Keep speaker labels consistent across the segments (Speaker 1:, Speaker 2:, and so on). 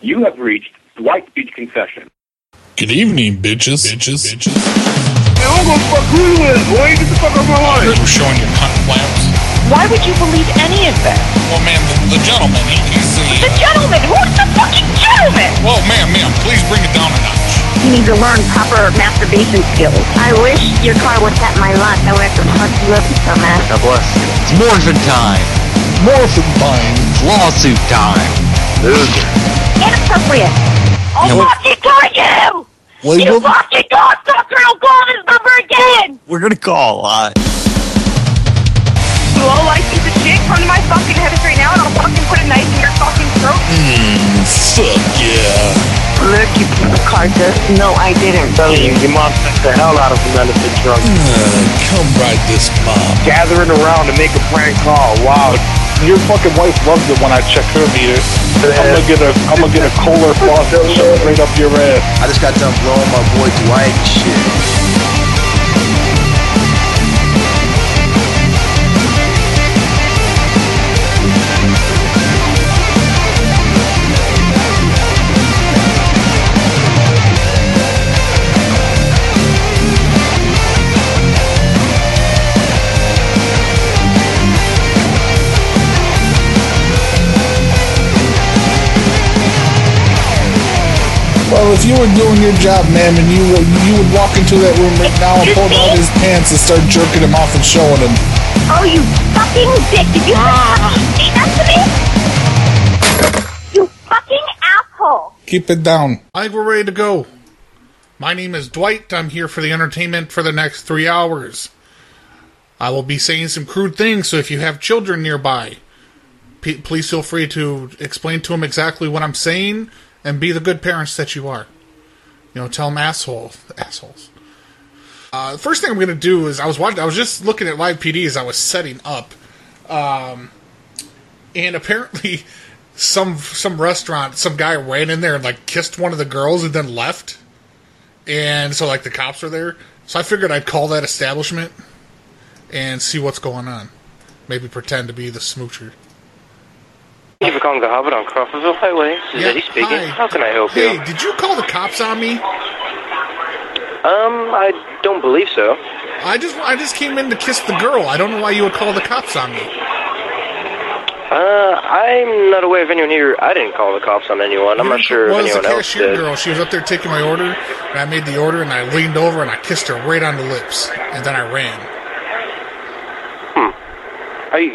Speaker 1: You have reached Dwight Beach Confession.
Speaker 2: Good evening, bitches. Bitches. Bitches.
Speaker 3: Man, I don't give a fuck who you is, boy. Get the fuck out of my
Speaker 2: We're
Speaker 3: life.
Speaker 2: showing you cunt flaps.
Speaker 4: Why would you believe any of this?
Speaker 2: Well, man, the, the gentleman, he, he's
Speaker 4: The
Speaker 2: the.
Speaker 4: gentleman! Who's the fucking gentleman?
Speaker 2: Whoa, ma'am, ma'am, please bring it down a notch.
Speaker 5: You need to learn proper masturbation skills. I wish your car was at my lot. I would have to fuck you up, dumbass.
Speaker 6: God bless you. It's morphin' time.
Speaker 2: Morphin time.
Speaker 6: Lawsuit time. Loser.
Speaker 5: Inappropriate.
Speaker 4: I'll
Speaker 6: Yeah, what-
Speaker 4: fucking kill you!
Speaker 6: Well,
Speaker 4: you fucking dog sucker! I'll call this number again!
Speaker 6: We're gonna call a lot.
Speaker 4: You all like piece of shit? Come to my fucking head right now and I'll fucking put a knife in your fucking throat.
Speaker 2: Fuck yeah.
Speaker 5: Look, you piece of carcass. No, I didn't.
Speaker 3: telling you, your mom sent the hell out of him out of the drunk.
Speaker 2: Uh, come right this mom.
Speaker 3: Gathering around to make a prank call. Wow.
Speaker 7: Your fucking wife loves it when I check her meter. I'm gonna get a I'm gonna get a Kohler faucet and shove it right up your ass.
Speaker 6: I just got done blowing my boy Dwight and shit.
Speaker 2: Well, if you were doing your job, ma'am, and you would, you would walk into that room right now and pull down his pants and start jerking him off and showing him.
Speaker 5: Oh, you fucking dick. Did you fucking say that to me? You fucking asshole.
Speaker 2: Keep it down.
Speaker 8: I think we're ready to go. My name is Dwight. I'm here for the entertainment for the next three hours. I will be saying some crude things, so if you have children nearby, p- please feel free to explain to them exactly what I'm saying and be the good parents that you are. You know, tell them asshole, assholes. Uh, the first thing I'm going to do is I was watching. I was just looking at live PD as I was setting up, um, and apparently some some restaurant, some guy ran in there and like kissed one of the girls and then left. And so like the cops are there. So I figured I'd call that establishment and see what's going on. Maybe pretend to be the smoocher.
Speaker 9: Thank you for calling the Harvard on Crawfordville Highway. This is Eddie speaking.
Speaker 8: hi.
Speaker 9: How can I help
Speaker 8: hey,
Speaker 9: you?
Speaker 8: did you call the cops on me?
Speaker 9: Um, I don't believe so.
Speaker 8: I just I just came in to kiss the girl. I don't know why you would call the cops on me.
Speaker 9: Uh, I'm not aware of anyone here. I didn't call the cops on anyone. I'm not sure
Speaker 8: It
Speaker 9: if
Speaker 8: was
Speaker 9: anyone
Speaker 8: a
Speaker 9: else
Speaker 8: cashier
Speaker 9: did.
Speaker 8: girl. She was up there taking my order, and I made the order, and I leaned over and I kissed her right on the lips, and then I ran.
Speaker 9: Are you?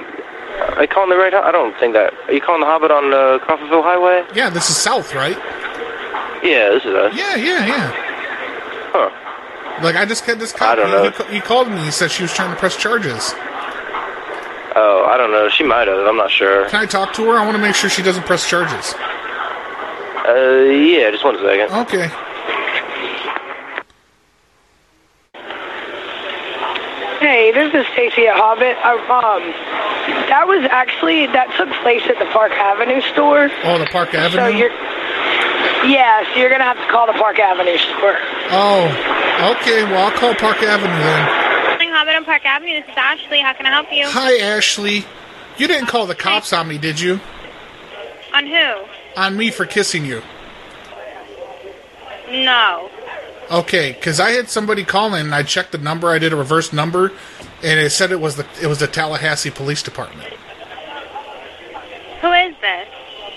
Speaker 9: Are you calling the right? ho- I don't think that. Are you calling the Hobbit on uh, Crawfordville Highway?
Speaker 8: Yeah, this is South, right?
Speaker 9: Yeah, this is us.
Speaker 8: Yeah, yeah, yeah.
Speaker 9: Huh.
Speaker 8: Like I just had this cop.
Speaker 9: I don't
Speaker 8: he-
Speaker 9: know.
Speaker 8: He, ca- he called me. He said she was trying to press charges.
Speaker 9: Oh, I don't know. She might have. I'm not sure.
Speaker 8: Can I talk to her? I want to make sure she doesn't press charges.
Speaker 9: Uh, yeah, just one second.
Speaker 8: Okay.
Speaker 10: Hey, this is Stacey at Hobbit. Uh, um, that was actually that took place at the Park Avenue store.
Speaker 8: Oh, the Park Avenue.
Speaker 10: So you're, yeah, so you're gonna have to call the Park Avenue store.
Speaker 8: oh, okay. Well, I'll call Park Avenue then.
Speaker 11: Calling Hobbit on Park Avenue. This is Ashley. How can I help you?
Speaker 8: Hi, Ashley. You didn't call the cops on me, did you?
Speaker 11: On who?
Speaker 8: On me for kissing you.
Speaker 11: No.
Speaker 8: Okay, because I had somebody call in. And I checked the number. I did a reverse number, and it said it was the it was the Tallahassee Police Department.
Speaker 11: Who is this?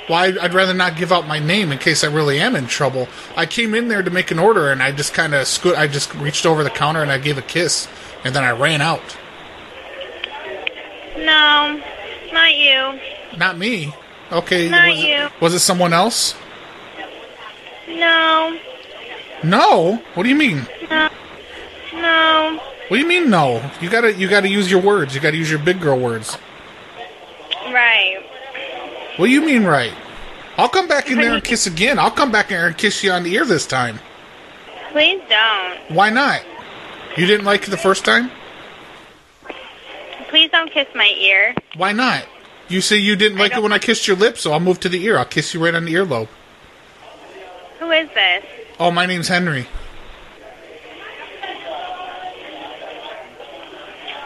Speaker 8: Well, I'd, I'd rather not give out my name in case I really am in trouble. I came in there to make an order, and I just kind of scoot. I just reached over the counter and I gave a kiss, and then I ran out.
Speaker 11: No. Not you.
Speaker 8: Not me. Okay.
Speaker 11: Not
Speaker 8: was,
Speaker 11: you.
Speaker 8: It, was it someone else?
Speaker 11: No.
Speaker 8: No. What do you mean?
Speaker 11: No.
Speaker 8: What do you mean no? You gotta you gotta use your words. You gotta use your big girl words.
Speaker 11: Right.
Speaker 8: What do you mean right? I'll come back in there and kiss again. I'll come back in there and kiss you on the ear this time.
Speaker 11: Please don't.
Speaker 8: Why not? You didn't like it the first time?
Speaker 11: Please don't kiss my ear.
Speaker 8: Why not? You say you didn't like it
Speaker 11: don't-
Speaker 8: when I kissed your lips, so I'll move to the ear. I'll kiss you right on the earlobe.
Speaker 11: Who is this?
Speaker 8: Oh, my name's Henry.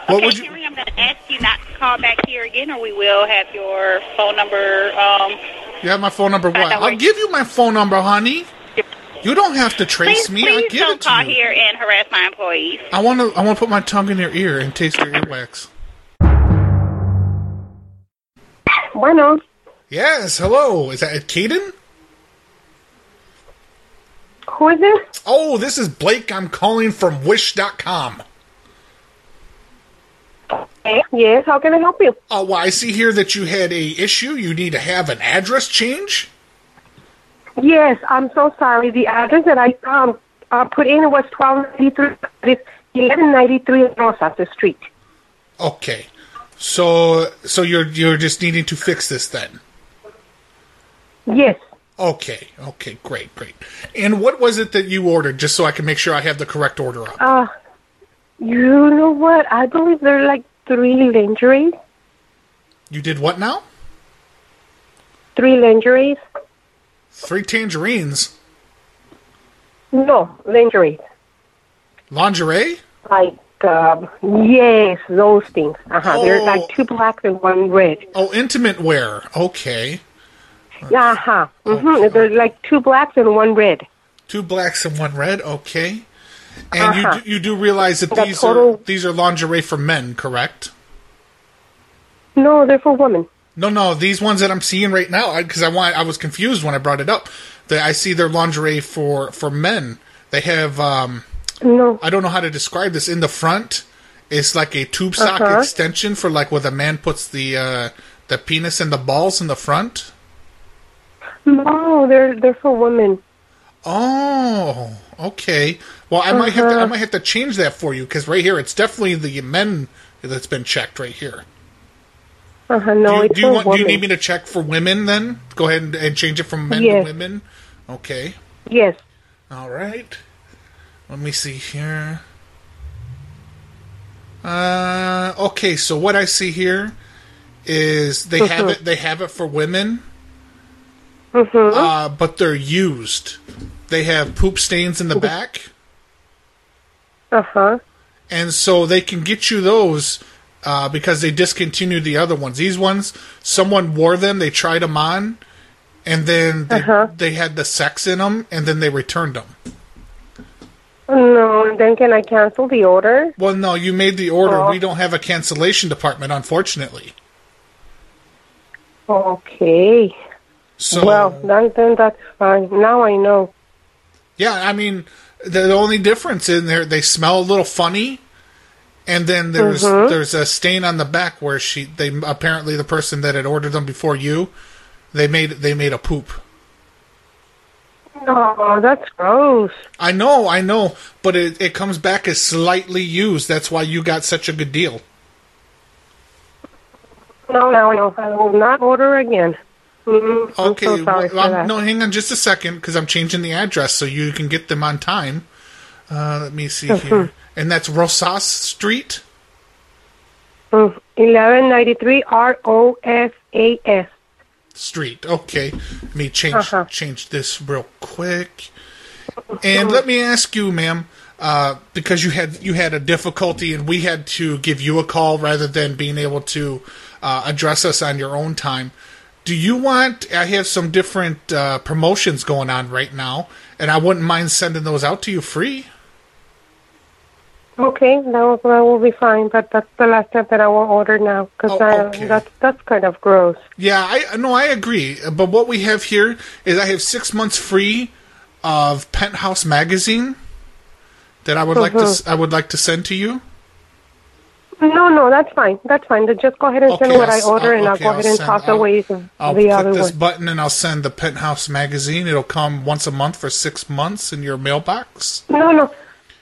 Speaker 8: What
Speaker 11: okay,
Speaker 8: would you?
Speaker 11: Henry, I'm going to ask you not to call back here again, or we will have your phone number um,
Speaker 8: You have my phone number. What?
Speaker 12: that
Speaker 8: I'll give you my phone number, honey. You don't have to trace
Speaker 12: please,
Speaker 8: me.
Speaker 12: please
Speaker 8: I give
Speaker 12: don't
Speaker 8: it to
Speaker 12: call
Speaker 8: you.
Speaker 12: here and harass my employees.
Speaker 8: I want to. I want to put my tongue in your ear and taste your earwax.
Speaker 3: Bueno.
Speaker 8: Yes. Hello. Is that Caden?
Speaker 3: Who is this?
Speaker 8: Oh, this is Blake. I'm calling from Wish.com.
Speaker 3: Yes, how can I help you?
Speaker 8: Oh, well, I see here that you had a issue. You need to have an address change.
Speaker 3: Yes, I'm so sorry. The address that I um uh, put in was 1293, 1193 Rosas the Street.
Speaker 8: Okay. So, so you're you're just needing to fix this then.
Speaker 3: Yes.
Speaker 8: Okay. Okay. Great. Great. And what was it that you ordered? Just so I can make sure I have the correct order up.
Speaker 3: Uh, you know what? I believe there are like three lingeries.
Speaker 8: You did what now?
Speaker 3: Three lingeries?
Speaker 8: Three tangerines,
Speaker 3: No, lingeries.
Speaker 8: lingerie.
Speaker 3: Like, uh, yes, those things. Uh-huh. There are
Speaker 11: Oh.
Speaker 3: like two black and one red.
Speaker 8: Oh, intimate wear. Okay.
Speaker 3: Uh-huh. Mm-hmm. There are like two blacks and one red.
Speaker 8: Two blacks and one red. Okay. And
Speaker 3: Uh-huh.
Speaker 8: you do, you do realize that
Speaker 3: The
Speaker 8: these are
Speaker 3: total-
Speaker 8: these are lingerie for men, correct?
Speaker 3: No, they're for women.
Speaker 8: No, no, these ones that I'm seeing right now, because I, want, I was confused when I brought it up. That I see their lingerie for for men. They have, um,
Speaker 3: no,
Speaker 8: I don't know how to describe this. In the front, it's like a tube sock
Speaker 3: Uh-huh.
Speaker 8: extension for like where the man puts the uh, the penis and the balls in the front.
Speaker 3: No, they're they're for women.
Speaker 8: Oh, okay. Well, I might have to, I
Speaker 3: Uh-huh.
Speaker 8: might have to change that for you because right here, it's definitely the men that's been checked right here.
Speaker 3: Uh-huh. No,
Speaker 8: do you,
Speaker 3: it's
Speaker 8: do you
Speaker 3: for
Speaker 8: want? Do
Speaker 3: women.
Speaker 8: you need me to check for women then? Go ahead and, and change it from men to
Speaker 3: Yes.
Speaker 8: women. Okay.
Speaker 3: Yes.
Speaker 8: All right. Let me see here. Uh, okay. So what I see here is they
Speaker 3: Uh-huh.
Speaker 8: have it. They have it for women. Uh, but they're used. They have poop stains in the back,
Speaker 3: Uh huh.
Speaker 8: and so they can get you those uh, because they discontinued the other ones. These ones, someone wore them. They tried them on, and then they,
Speaker 3: Uh-huh.
Speaker 8: they had the sex in them, and then they returned them.
Speaker 3: No, then can I cancel the order?
Speaker 8: Well, no, you made the order.
Speaker 3: Oh.
Speaker 8: We don't have a cancellation department, unfortunately.
Speaker 3: Okay.
Speaker 8: So-
Speaker 3: well, then, then that's fine. Now I know.
Speaker 8: Yeah, I mean, the, the only difference in there, they smell a little funny, and then there's
Speaker 3: Mhm.
Speaker 8: there's a stain on the back where she they apparently the person that had ordered them before you, they made they made a poop.
Speaker 3: Oh, that's gross.
Speaker 8: I know, I know, but it, it comes back as slightly used. That's why you got such a good deal.
Speaker 3: No, now I know. I will not order again. Mm,
Speaker 8: Okay,
Speaker 3: I'm so sorry
Speaker 8: well,
Speaker 3: for
Speaker 8: I'm-
Speaker 3: that.
Speaker 8: no, hang on just a second because I'm changing the address so you can get them on time. Uh, let me see here,
Speaker 3: Mhm.
Speaker 8: and that's Rosas Street.
Speaker 3: Mm, 1193 R O S A S.
Speaker 8: Street. Okay, let me change change this real quick. And let me ask you, ma'am, uh, because you had you had a difficulty, and we had to give you a call rather than being able to uh, address us on your own time. Do you want? I have some different uh, promotions going on right now, and I wouldn't mind sending those out to you free.
Speaker 3: Okay, that will, that will be fine, but that's the last time that I will order now because
Speaker 8: Oh,
Speaker 3: that's, that's kind of gross.
Speaker 8: Yeah, I no, I agree. But what we have here is I have six months free of Penthouse magazine that I would like to s-
Speaker 3: Mhm.
Speaker 8: I would like to send to you.
Speaker 3: No, no, that's fine. That's fine. Then Just go ahead and
Speaker 8: Okay,
Speaker 3: send what
Speaker 8: I'll
Speaker 3: i
Speaker 8: s-
Speaker 3: order,
Speaker 8: I'll-
Speaker 3: and I'll
Speaker 8: okay,
Speaker 3: go ahead
Speaker 8: I'll
Speaker 3: and
Speaker 8: send-
Speaker 3: toss
Speaker 8: I'll-
Speaker 3: away
Speaker 8: I'll
Speaker 3: the
Speaker 8: click
Speaker 3: other
Speaker 8: this
Speaker 3: one.
Speaker 8: button and I'll send the Penthouse magazine. It'll come once a month for six months in your mailbox.
Speaker 3: No, no,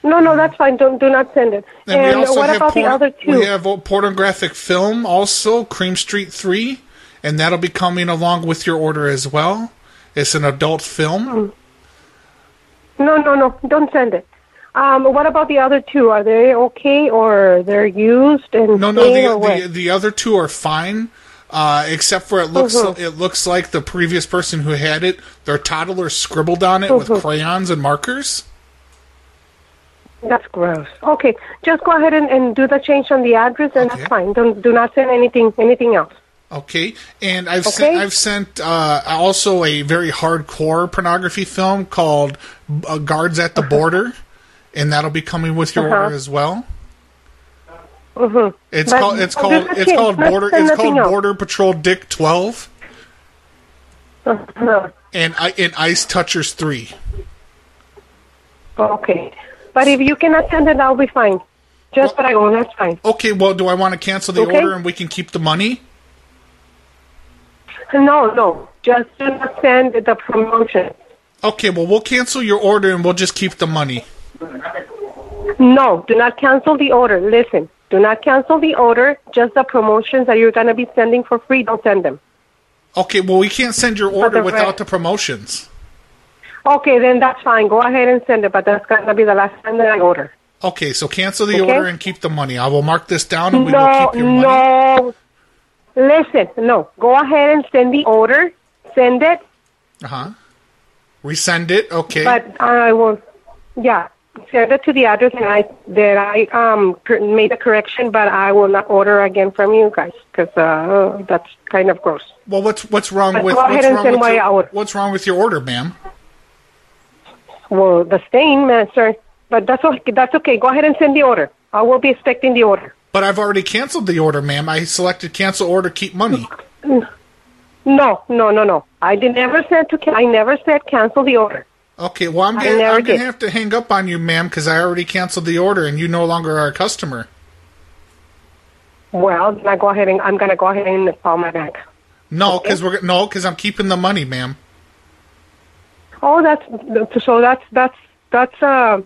Speaker 3: no, no. That's fine. Don't do not send it.
Speaker 8: And, we also
Speaker 3: what
Speaker 8: have
Speaker 3: about the
Speaker 8: porn-
Speaker 3: other two?
Speaker 8: We have a pornographic film also, Cream Street Three, and that'll be coming along with your order as well. It's an adult film.
Speaker 3: Oh, No, no, no. Don't send it. Um, what about the other two? Are they okay, or they're used and
Speaker 8: No, no,
Speaker 3: clean, or what?
Speaker 8: the, the the other two are fine, uh, except for it looks
Speaker 3: Mhm.
Speaker 8: it looks like the previous person who had it, their toddler scribbled on it with
Speaker 3: Mhm.
Speaker 8: crayons and markers.
Speaker 3: That's gross. Okay, just go ahead and, and do the change on the address, and that's fine. Don't do not send anything anything else.
Speaker 8: Okay, and I've sent
Speaker 3: Okay.
Speaker 8: I've sent uh, also a very hardcore pornography film called uh, Guards at the Border, and that'll be coming with your
Speaker 3: Uh-huh.
Speaker 8: order as well.
Speaker 3: Mm-hmm.
Speaker 8: It's
Speaker 3: But-
Speaker 8: called it's
Speaker 3: oh,
Speaker 8: called
Speaker 3: there's
Speaker 8: it's
Speaker 3: nothing-
Speaker 8: called
Speaker 3: let's
Speaker 8: border
Speaker 3: send
Speaker 8: it's called
Speaker 3: nothing else.
Speaker 8: Border Patrol Dick Twelve
Speaker 3: Uh-huh.
Speaker 8: and I and Ice Touchers Three.
Speaker 3: Okay. But if you cannot send it, I'll be fine. Just what I own, that's fine.
Speaker 8: Okay, well, do I want to cancel the
Speaker 3: Okay.
Speaker 8: order and we can keep the money?
Speaker 3: No, no. Just do not send the promotion.
Speaker 8: Okay, well, we'll cancel your order and we'll just keep the money.
Speaker 3: No, do not cancel the order. Listen, do not cancel the order. Just the promotions that you're going to be sending for free, don't send them.
Speaker 8: Okay, well, we can't send your order
Speaker 3: the
Speaker 8: without
Speaker 3: rest-
Speaker 8: the promotions.
Speaker 3: Okay, then that's fine. Go ahead and send it, but that's going to be the last time that I order.
Speaker 8: Okay, so cancel the
Speaker 3: Okay.
Speaker 8: order and keep the money. I will mark this down and we will
Speaker 3: no,
Speaker 8: keep your money.
Speaker 3: no. Listen, no. Go ahead and send the order. Send it,
Speaker 8: Uh huh. Resend it. Okay.
Speaker 3: but uh, I will. Yeah, send it to the address and I that I um cor- made a correction, but I will not order again from you guys because uh, that's kind of gross.
Speaker 8: well, what's what's wrong
Speaker 3: But
Speaker 8: with
Speaker 3: go ahead
Speaker 8: what's
Speaker 3: and
Speaker 8: wrong
Speaker 3: send
Speaker 8: with
Speaker 3: my
Speaker 8: your,
Speaker 3: order.
Speaker 8: what's wrong with your order, ma'am?
Speaker 3: Well, the stain, man, sir. But that's okay. That's okay. Go ahead and send the order. I will be expecting the order.
Speaker 8: But I've already canceled the order, ma'am. I selected cancel order, keep money.
Speaker 3: No, no, no, no. I did never said to. Can- I never said cancel the order.
Speaker 8: Okay, well, I'm
Speaker 3: I
Speaker 8: gonna,
Speaker 3: never
Speaker 8: I'm gonna
Speaker 3: did.
Speaker 8: have to hang up on you, ma'am, because I already canceled the order and you no longer are a customer.
Speaker 3: Well, then I go ahead and I'm gonna go ahead and call my bank.
Speaker 8: No, because we're no, because I'm keeping the money, ma'am.
Speaker 3: Oh, that's so. That's that's that's uh,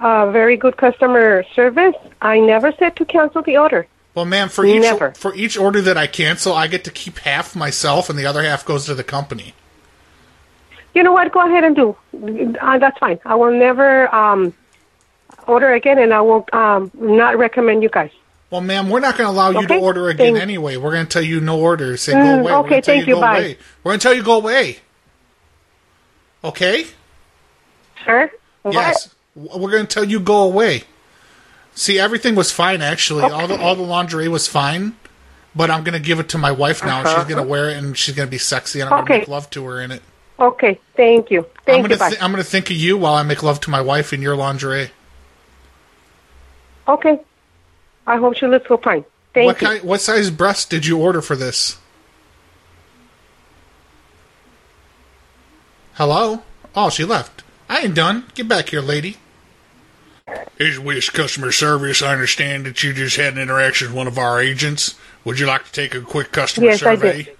Speaker 3: uh, very good customer service. I never said to cancel the order.
Speaker 8: Well, ma'am, for each
Speaker 3: Never.
Speaker 8: for each order that I cancel, I get to keep half myself, and the other half goes to the company.
Speaker 3: You know what? Go ahead and do. Uh, that's fine. I will never um, order again, and I will um, not recommend you guys.
Speaker 8: Well, ma'am, we're not going to allow you to
Speaker 3: Okay,
Speaker 8: order again
Speaker 3: thank-
Speaker 8: anyway. We're going to tell you no orders and
Speaker 3: Mm,
Speaker 8: go away. We're
Speaker 3: okay,
Speaker 8: gonna tell
Speaker 3: thank you,
Speaker 8: go
Speaker 3: bye.
Speaker 8: away. We're going to tell you go away. Okay.
Speaker 3: Sir.
Speaker 8: Yes. W- We're going to tell you go away. See, everything was fine actually. All the all the lingerie was fine, but I'm going to give it to my wife now, and
Speaker 3: Uh-huh.
Speaker 8: she's going to wear it, and she's going to be sexy, and I'm
Speaker 3: Okay.
Speaker 8: going to make love to her in it.
Speaker 3: Okay. Thank you.
Speaker 8: I'm
Speaker 3: Thank
Speaker 8: gonna um,
Speaker 3: you. Bye.
Speaker 8: thi- I'm going to think of you while I make love to my wife in your lingerie.
Speaker 3: okay. I hope she looks so fine. Thank
Speaker 8: what
Speaker 3: you.
Speaker 8: kind, what size breast did you order for this? Hello? Oh, she left. I ain't done. Get back here, lady. Here's Wish Customer Service. I understand that you just had an interaction with one of our agents. Would you like to take a quick customer
Speaker 3: Yes, I
Speaker 8: survey?
Speaker 3: did.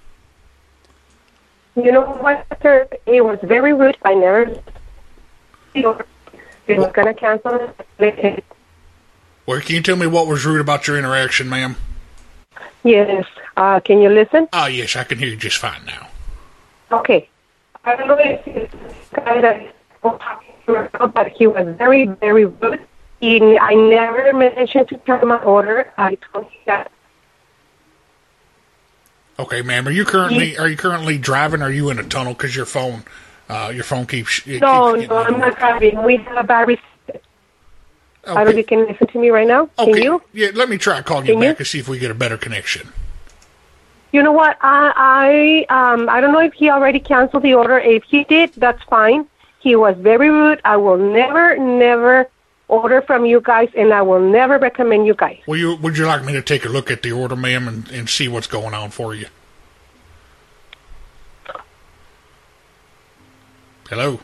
Speaker 3: You know what, sir? It was very rude. I never. It was gonna cancel. it.
Speaker 8: Well, can you tell me what was rude about your interaction, ma'am?
Speaker 3: Yes. Uh, can you listen?
Speaker 8: Ah, yes, I can hear you just fine now.
Speaker 3: Okay. I don't know if it's the guy that I'm talking to, but he was very, very rude. He, I never mentioned to tell my order. I told him that
Speaker 8: Okay, ma'am. Are you currently are you currently driving? Or are you in a tunnel? Because your phone, uh, your phone keeps. it
Speaker 3: no,
Speaker 8: keeps
Speaker 3: no, I'm not driving. We have a bad reception. I don't know if you can listen to me right now. Can
Speaker 8: Okay.
Speaker 3: you?
Speaker 8: Yeah, let me try calling you
Speaker 3: Can
Speaker 8: back and see if we get a better connection.
Speaker 3: You know what? I I um I don't know if he already canceled the order. If he did, that's fine. He was very rude. I will never, never order from you guys, and I will never recommend you guys.
Speaker 8: Will you would you like me to take a look at the order, ma'am, and, and see what's going on for you? Hello.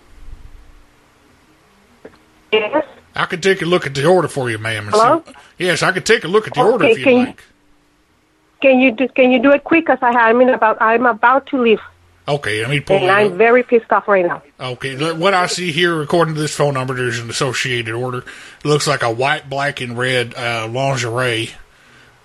Speaker 3: Yes.
Speaker 8: I could take a look at the order for you, ma'am. and see-
Speaker 3: Hello?
Speaker 8: yes, I could take a look at the order
Speaker 3: Okay,
Speaker 8: if you'd
Speaker 3: can you-
Speaker 8: like.
Speaker 3: Can you do Can you do it quick? Cause I I'm in about I'm about to leave,
Speaker 8: Okay, let me pull
Speaker 3: and
Speaker 8: it up.
Speaker 3: I'm very pissed off right now.
Speaker 8: Okay, look, what I see here, according to this phone number, there's an associated order. It looks like a white, black, and red uh, lingerie.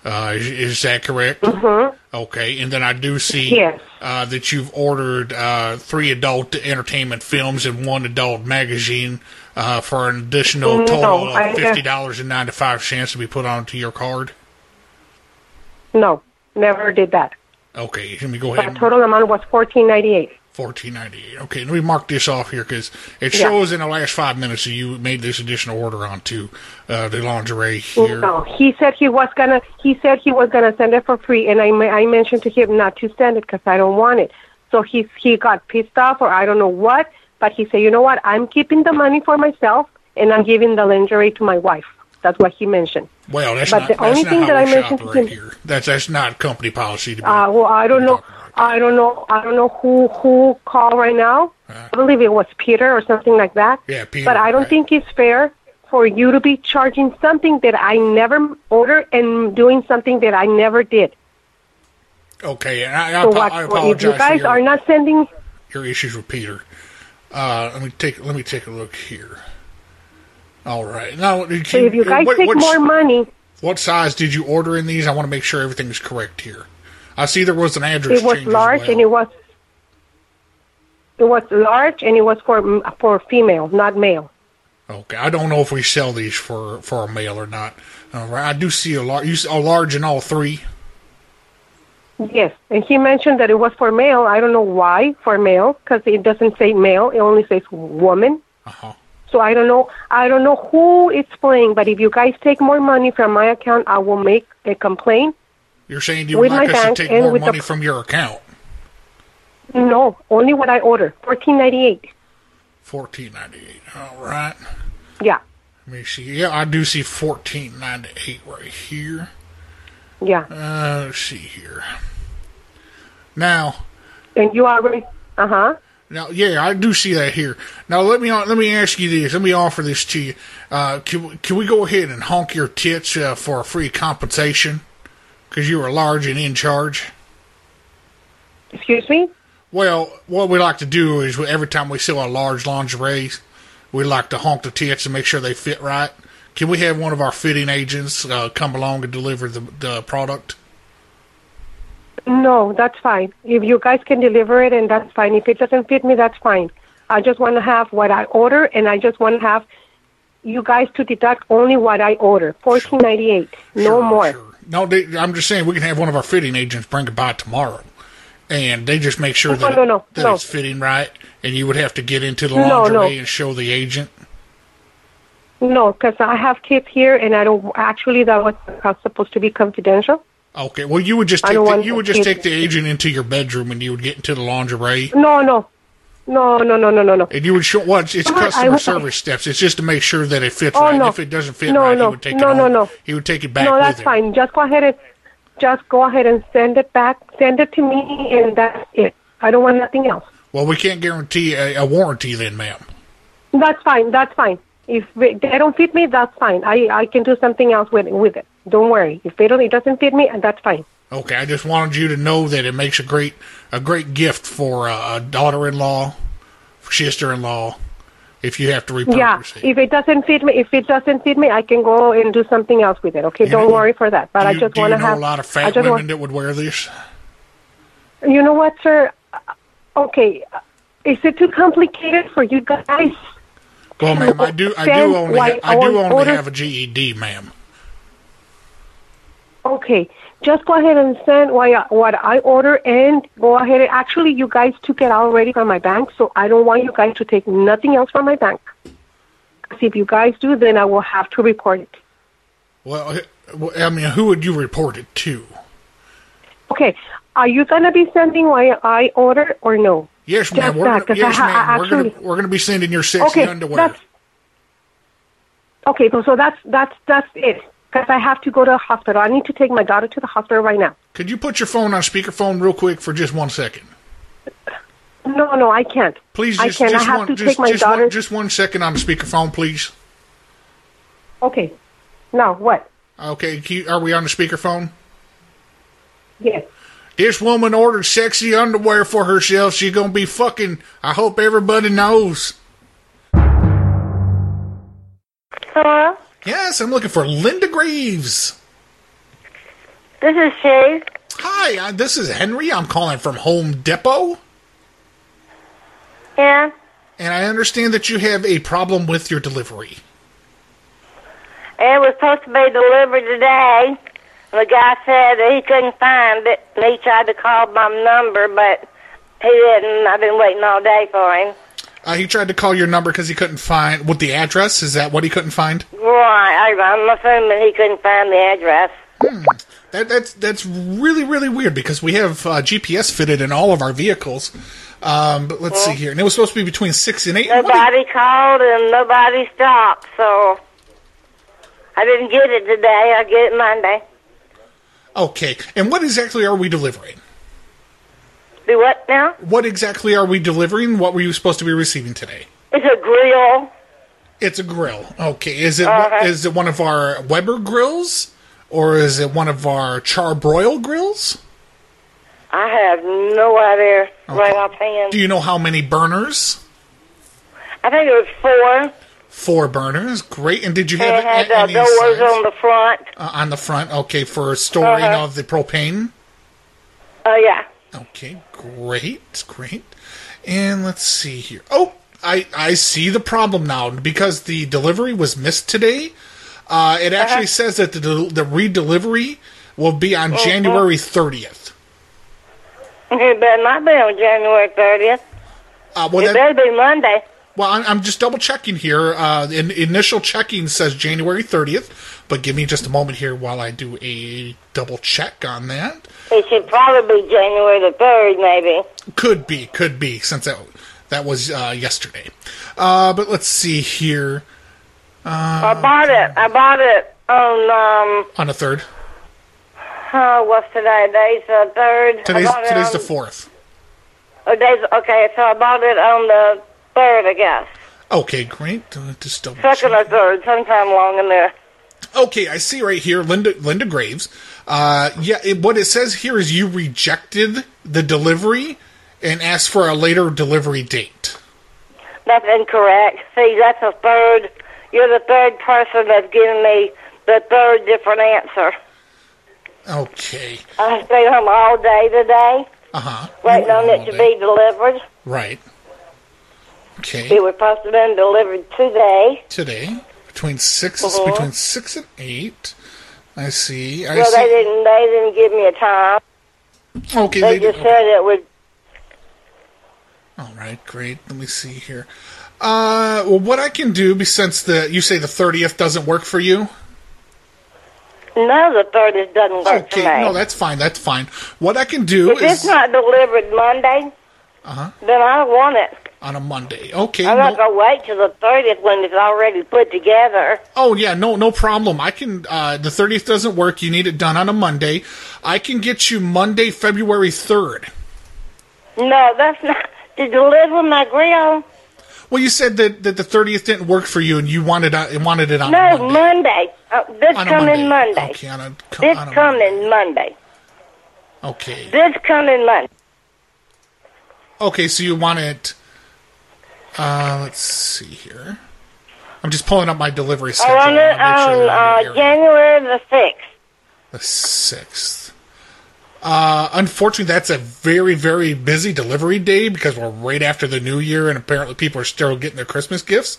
Speaker 8: Uh, is, is that correct?
Speaker 3: Mm-hmm.
Speaker 8: Okay, and then I do see
Speaker 3: Yes.
Speaker 8: uh, that you've ordered uh, three adult entertainment films and one adult magazine uh, for an additional
Speaker 3: Mm, No,
Speaker 8: total
Speaker 3: I-
Speaker 8: of fifty dollars and ninety five cents to be put onto your card.
Speaker 3: No, never did that.
Speaker 8: Okay, let me go ahead.
Speaker 3: The
Speaker 8: and-
Speaker 3: total amount was fourteen ninety eight.
Speaker 8: Fourteen ninety eight. Okay, let me mark this off here because it
Speaker 3: Yeah.
Speaker 8: shows in the last five minutes that you made this additional order on to uh, the lingerie here.
Speaker 3: No, he said he was gonna. He said he was gonna send it for free, and I ma- I mentioned to him not to send it because I don't want it. So he he got pissed off, or I don't know what. But he said, you know what? I'm keeping the money for myself, and I'm giving the lingerie to my wife. That's what he mentioned.
Speaker 8: Well, that's
Speaker 3: But
Speaker 8: not
Speaker 3: the
Speaker 8: that's
Speaker 3: only
Speaker 8: not
Speaker 3: thing
Speaker 8: how
Speaker 3: that I
Speaker 8: we
Speaker 3: mentioned
Speaker 8: shop
Speaker 3: to
Speaker 8: right
Speaker 3: him-
Speaker 8: here. That's that's not company policy to be.
Speaker 3: Uh, well, I don't know. I don't know. I don't know who who called right now. I believe it was Peter or something like that.
Speaker 8: Uh-huh. Yeah, Peter,
Speaker 3: But I don't
Speaker 8: right.
Speaker 3: think it's fair for you to be charging something that I never ordered and doing something that I never did.
Speaker 8: okay, and I, I,
Speaker 3: so
Speaker 8: apo-
Speaker 3: what,
Speaker 8: I
Speaker 3: if you
Speaker 8: apologize for
Speaker 3: guys
Speaker 8: your,
Speaker 3: are not sending,
Speaker 8: your issues with Peter. Uh, let me take let me take a look here. All right, now did
Speaker 3: so if you guys
Speaker 8: what,
Speaker 3: take
Speaker 8: what's-
Speaker 3: more money,
Speaker 8: What size did you order in these? I want to make sure everything's correct here. I see there was an address
Speaker 3: it was
Speaker 8: change.
Speaker 3: large and it was it was large and it was for mm, for female, not male.
Speaker 8: Okay, I don't know if we sell these for for a male or not. All right, I do see a large. You saw a large in all three.
Speaker 3: Yes, and he mentioned that it was for male. I don't know why for male because it doesn't say male; it only says woman. So I don't know. I don't know who it's playing. But if you guys take more money from my account, I will make a complaint.
Speaker 8: You're saying you would
Speaker 3: With my
Speaker 8: like us to
Speaker 3: bank
Speaker 8: take
Speaker 3: and
Speaker 8: more
Speaker 3: with the-
Speaker 8: money from your account?
Speaker 3: No, only what I order. Fourteen ninety eight.
Speaker 8: Fourteen ninety eight. All right.
Speaker 3: Yeah,
Speaker 8: Let me see. Yeah, I do see fourteen ninety eight right here.
Speaker 3: yeah.
Speaker 8: Uh, let's see here. Now,
Speaker 3: and you already. Uh huh.
Speaker 8: Now, yeah, I do see that here. Now, let me let me ask you this. Let me offer this to you. Uh, can can we go ahead and honk your tits uh, for a free compensation? Because you were large and in charge.
Speaker 3: Excuse me.
Speaker 8: Well, what we like to do is we- every time we sell a large lingerie, we like to honk the tits and make sure they fit right. Can we have one of our fitting agents uh, come along and deliver the the product?
Speaker 3: No, that's fine. If you guys can deliver it, and that's fine. If it doesn't fit me, that's fine. I just want to have what I order, and I just want to have you guys to deduct only what I order. Fourteen ninety eight, no more.
Speaker 8: No, they, I'm just saying we can have one of our fitting agents bring it by tomorrow, and they just make sure
Speaker 3: No,
Speaker 8: that,
Speaker 3: no, no,
Speaker 8: that
Speaker 3: no.
Speaker 8: it's fitting right. And you would have to get into the
Speaker 3: No,
Speaker 8: lingerie
Speaker 3: no.
Speaker 8: and show the agent.
Speaker 3: No, because I have kids here, and I don't. Actually, that was supposed to be confidential.
Speaker 8: Okay, well you would just
Speaker 3: I
Speaker 8: take
Speaker 3: don't
Speaker 8: the,
Speaker 3: want
Speaker 8: you would
Speaker 3: to
Speaker 8: just
Speaker 3: keep-
Speaker 8: take the agent into your bedroom and you would get into the lingerie.
Speaker 3: No, no, no, no, no, no, no, no.
Speaker 8: And you would show well, it's, it's
Speaker 3: But I
Speaker 8: customer
Speaker 3: would-
Speaker 8: service steps. It's just to make sure that it fits
Speaker 3: Oh,
Speaker 8: right.
Speaker 3: no.
Speaker 8: And if it doesn't fit
Speaker 3: No,
Speaker 8: right,
Speaker 3: no.
Speaker 8: he would take
Speaker 3: No,
Speaker 8: it.
Speaker 3: no,
Speaker 8: home.
Speaker 3: no.
Speaker 8: He would take it back.
Speaker 3: no,
Speaker 8: with
Speaker 3: that's
Speaker 8: him.
Speaker 3: fine. Just go ahead and just go ahead and send it back. Send it to me, and that's it. I don't want nothing else.
Speaker 8: Well, we can't guarantee a, a warranty then, ma'am.
Speaker 3: That's fine. That's fine. If they they don't fit me, that's fine. I I can do something else with with it. Don't worry. If they don't, it doesn't fit me, and that's fine.
Speaker 8: Okay, I just wanted you to know that it makes a great a great gift for uh, a daughter-in-law, sister-in-law, if you have to repurpose
Speaker 3: yeah.
Speaker 8: it.
Speaker 3: If it doesn't fit me, if it doesn't fit me, I can go and do something else with it. Okay. don't worry for that. But
Speaker 8: do
Speaker 3: I
Speaker 8: you,
Speaker 3: just
Speaker 8: do
Speaker 3: want to
Speaker 8: you know
Speaker 3: have.
Speaker 8: a lot of
Speaker 3: I
Speaker 8: fat
Speaker 3: just
Speaker 8: women
Speaker 3: want,
Speaker 8: that would wear this?
Speaker 3: you know what, sir? Uh, Okay. uh, Is it too complicated for you guys?
Speaker 8: Well, ma'am, I do. I
Speaker 3: Send
Speaker 8: do only.
Speaker 3: white
Speaker 8: I do
Speaker 3: on-
Speaker 8: only
Speaker 3: order-
Speaker 8: have a GED, ma'am.
Speaker 3: Okay. Just go ahead and send what I, what I order and go ahead. and Actually, you guys took it already from my bank, so I don't want you guys to take nothing else from my bank. 'Cause if you guys do, then I will have to report it.
Speaker 8: Well, I- I mean, who would you report it to?
Speaker 3: Okay. Are you going to be sending what I order or no?
Speaker 8: Yes,
Speaker 3: Just
Speaker 8: ma'am. We're
Speaker 3: that,
Speaker 8: gonna,
Speaker 3: 'cause I
Speaker 8: yes,
Speaker 3: ha-
Speaker 8: ma'am.
Speaker 3: I
Speaker 8: we're gonna
Speaker 3: actually-
Speaker 8: we're gonna be sending your sexy
Speaker 3: Okay,
Speaker 8: underwear.
Speaker 3: that's- Okay, so- so that's that's that's it. Because I have to go to the hospital. I need to take my daughter to the hospital right now.
Speaker 8: Could you put your phone on speakerphone real quick for just one second?
Speaker 3: No, no, I can't.
Speaker 8: Please,
Speaker 3: I
Speaker 8: just,
Speaker 3: can't.
Speaker 8: just
Speaker 3: I have
Speaker 8: one,
Speaker 3: to
Speaker 8: just,
Speaker 3: take my
Speaker 8: just
Speaker 3: daughter.
Speaker 8: one, just one second on the speakerphone, please.
Speaker 3: Okay. Now what?
Speaker 8: Okay, can you- are we on the speakerphone?
Speaker 3: Yes.
Speaker 8: This woman ordered sexy underwear for herself. She's gonna be fucking. I hope everybody knows.
Speaker 11: Hello,
Speaker 8: Yes, I'm looking for Linda Greaves.
Speaker 11: this is Shay.
Speaker 8: Hi, uh, this is Henry. I'm calling from Home Depot.
Speaker 11: Yeah,
Speaker 8: And I understand that you have a problem with your delivery.
Speaker 11: it was supposed to be delivered today. The guy said that he couldn't find it, and he tried to call my number, but He didn't. I've been waiting all day for him.
Speaker 8: Uh, he tried to call your number because he couldn't find what the address. Is that what he couldn't find?
Speaker 11: Right. I, I'm assuming he couldn't find the address.
Speaker 8: That, that's that's really really weird because we have uh, GPS fitted in all of our vehicles. Um, but let's see here, and it was supposed to be between six and eight. What do you-
Speaker 11: Nobody called and nobody stopped, so I didn't get it today. I'll get it Monday.
Speaker 8: okay, and what exactly are we delivering?
Speaker 11: Do what now?
Speaker 8: What exactly are we delivering? What were you supposed to be receiving today?
Speaker 11: It's a grill.
Speaker 8: It's a grill. Okay, is it
Speaker 11: Uh-huh.
Speaker 8: is it one of our Weber grills or is it one of our charbroil grills?
Speaker 11: I have no idea right offhand.
Speaker 8: Do you know how many burners?
Speaker 11: I think it was four.
Speaker 8: Four burners. Great. And did you have
Speaker 11: It had
Speaker 8: a-
Speaker 11: uh,
Speaker 8: any
Speaker 11: doors
Speaker 8: signs?
Speaker 11: on the front.
Speaker 8: Uh, on the front? Okay, for storing
Speaker 11: Uh-huh.
Speaker 8: of the propane.
Speaker 11: Oh, yeah.
Speaker 8: Okay, great, great. And let's see here. Oh, I I see the problem now because the delivery was missed today. Uh, it actually says that the del- the redelivery will be on
Speaker 11: Mhm.
Speaker 8: January thirtieth.
Speaker 11: It better not be on January 30th.
Speaker 8: Uh, well,
Speaker 11: it
Speaker 8: that-
Speaker 11: better be Monday.
Speaker 8: Well, I'm, I'm just double checking here. Uh, in, initial checking says January thirtieth, but give me just a moment here while I do a double check on that.
Speaker 11: It should probably be January the 3rd, maybe.
Speaker 8: Could be, could be, since that that was uh, yesterday. Uh, but let's see here.
Speaker 11: I
Speaker 8: Uh,
Speaker 11: bought it. I bought it on, um,
Speaker 8: on the third.
Speaker 11: oh, what's today? Today's the 3rd.
Speaker 8: Today's
Speaker 11: I bought it
Speaker 8: today's
Speaker 11: on-
Speaker 8: the fourth.
Speaker 11: Oh, days, okay, so I bought it on the 3rd, I guess.
Speaker 8: Okay, great. Uh, just double.
Speaker 11: Second or 3rd, sometime long in there.
Speaker 8: Okay, I see right here, Linda Linda Graves. Uh, yeah, it, what it says here is you rejected the delivery and asked for a later delivery date.
Speaker 11: That's incorrect. See, that's a third. You're the third person that's given me the third different answer.
Speaker 8: Okay.
Speaker 11: I stayed home all day today,
Speaker 8: Uh huh.
Speaker 11: waiting on it to be delivered.
Speaker 8: Right. Okay.
Speaker 11: It was supposed to have been delivered today.
Speaker 8: Today, between 6
Speaker 11: Uh-huh.
Speaker 8: between six and eight. I see. I
Speaker 11: well,
Speaker 8: see.
Speaker 11: they didn't. They didn't give me a time.
Speaker 8: Okay,
Speaker 11: They,
Speaker 8: they
Speaker 11: just said it would.
Speaker 8: All right, great. Let me see here. Uh, well, what I can do, be- since the you say the thirtieth doesn't work for you.
Speaker 11: No, the third is doesn't work
Speaker 8: Okay,
Speaker 11: for me.
Speaker 8: no, that's fine. That's fine. What I can do
Speaker 11: if it's
Speaker 8: is
Speaker 11: not delivered Monday,
Speaker 8: uh-huh,
Speaker 11: then I don't want it.
Speaker 8: on a Monday. Okay.
Speaker 11: I'm
Speaker 8: No,
Speaker 11: not gonna wait till the thirtieth when it's already put together.
Speaker 8: oh yeah, no, no problem. I can. Uh, the thirtieth doesn't work. You need it done on a Monday. I can get you Monday, February third.
Speaker 11: No, that's not to deliver my grill.
Speaker 8: Well, you said that, that the thirtieth didn't work for you, and you wanted uh, wanted it on a
Speaker 11: No,
Speaker 8: Monday.
Speaker 11: Monday. Uh, this
Speaker 8: On a
Speaker 11: coming Monday.
Speaker 8: Okay, on a,
Speaker 11: This coming Monday.
Speaker 8: okay.
Speaker 11: This coming Monday.
Speaker 8: Okay, so you want it. Uh, let's see here. I'm just pulling up my delivery
Speaker 11: I
Speaker 8: schedule.
Speaker 11: want it
Speaker 8: I wanna make sure
Speaker 11: on
Speaker 8: that I'm in
Speaker 11: uh, January the sixth.
Speaker 8: the sixth. Uh, unfortunately, that's a very, very busy delivery day because we're right after the new year, and apparently people are still getting their Christmas gifts.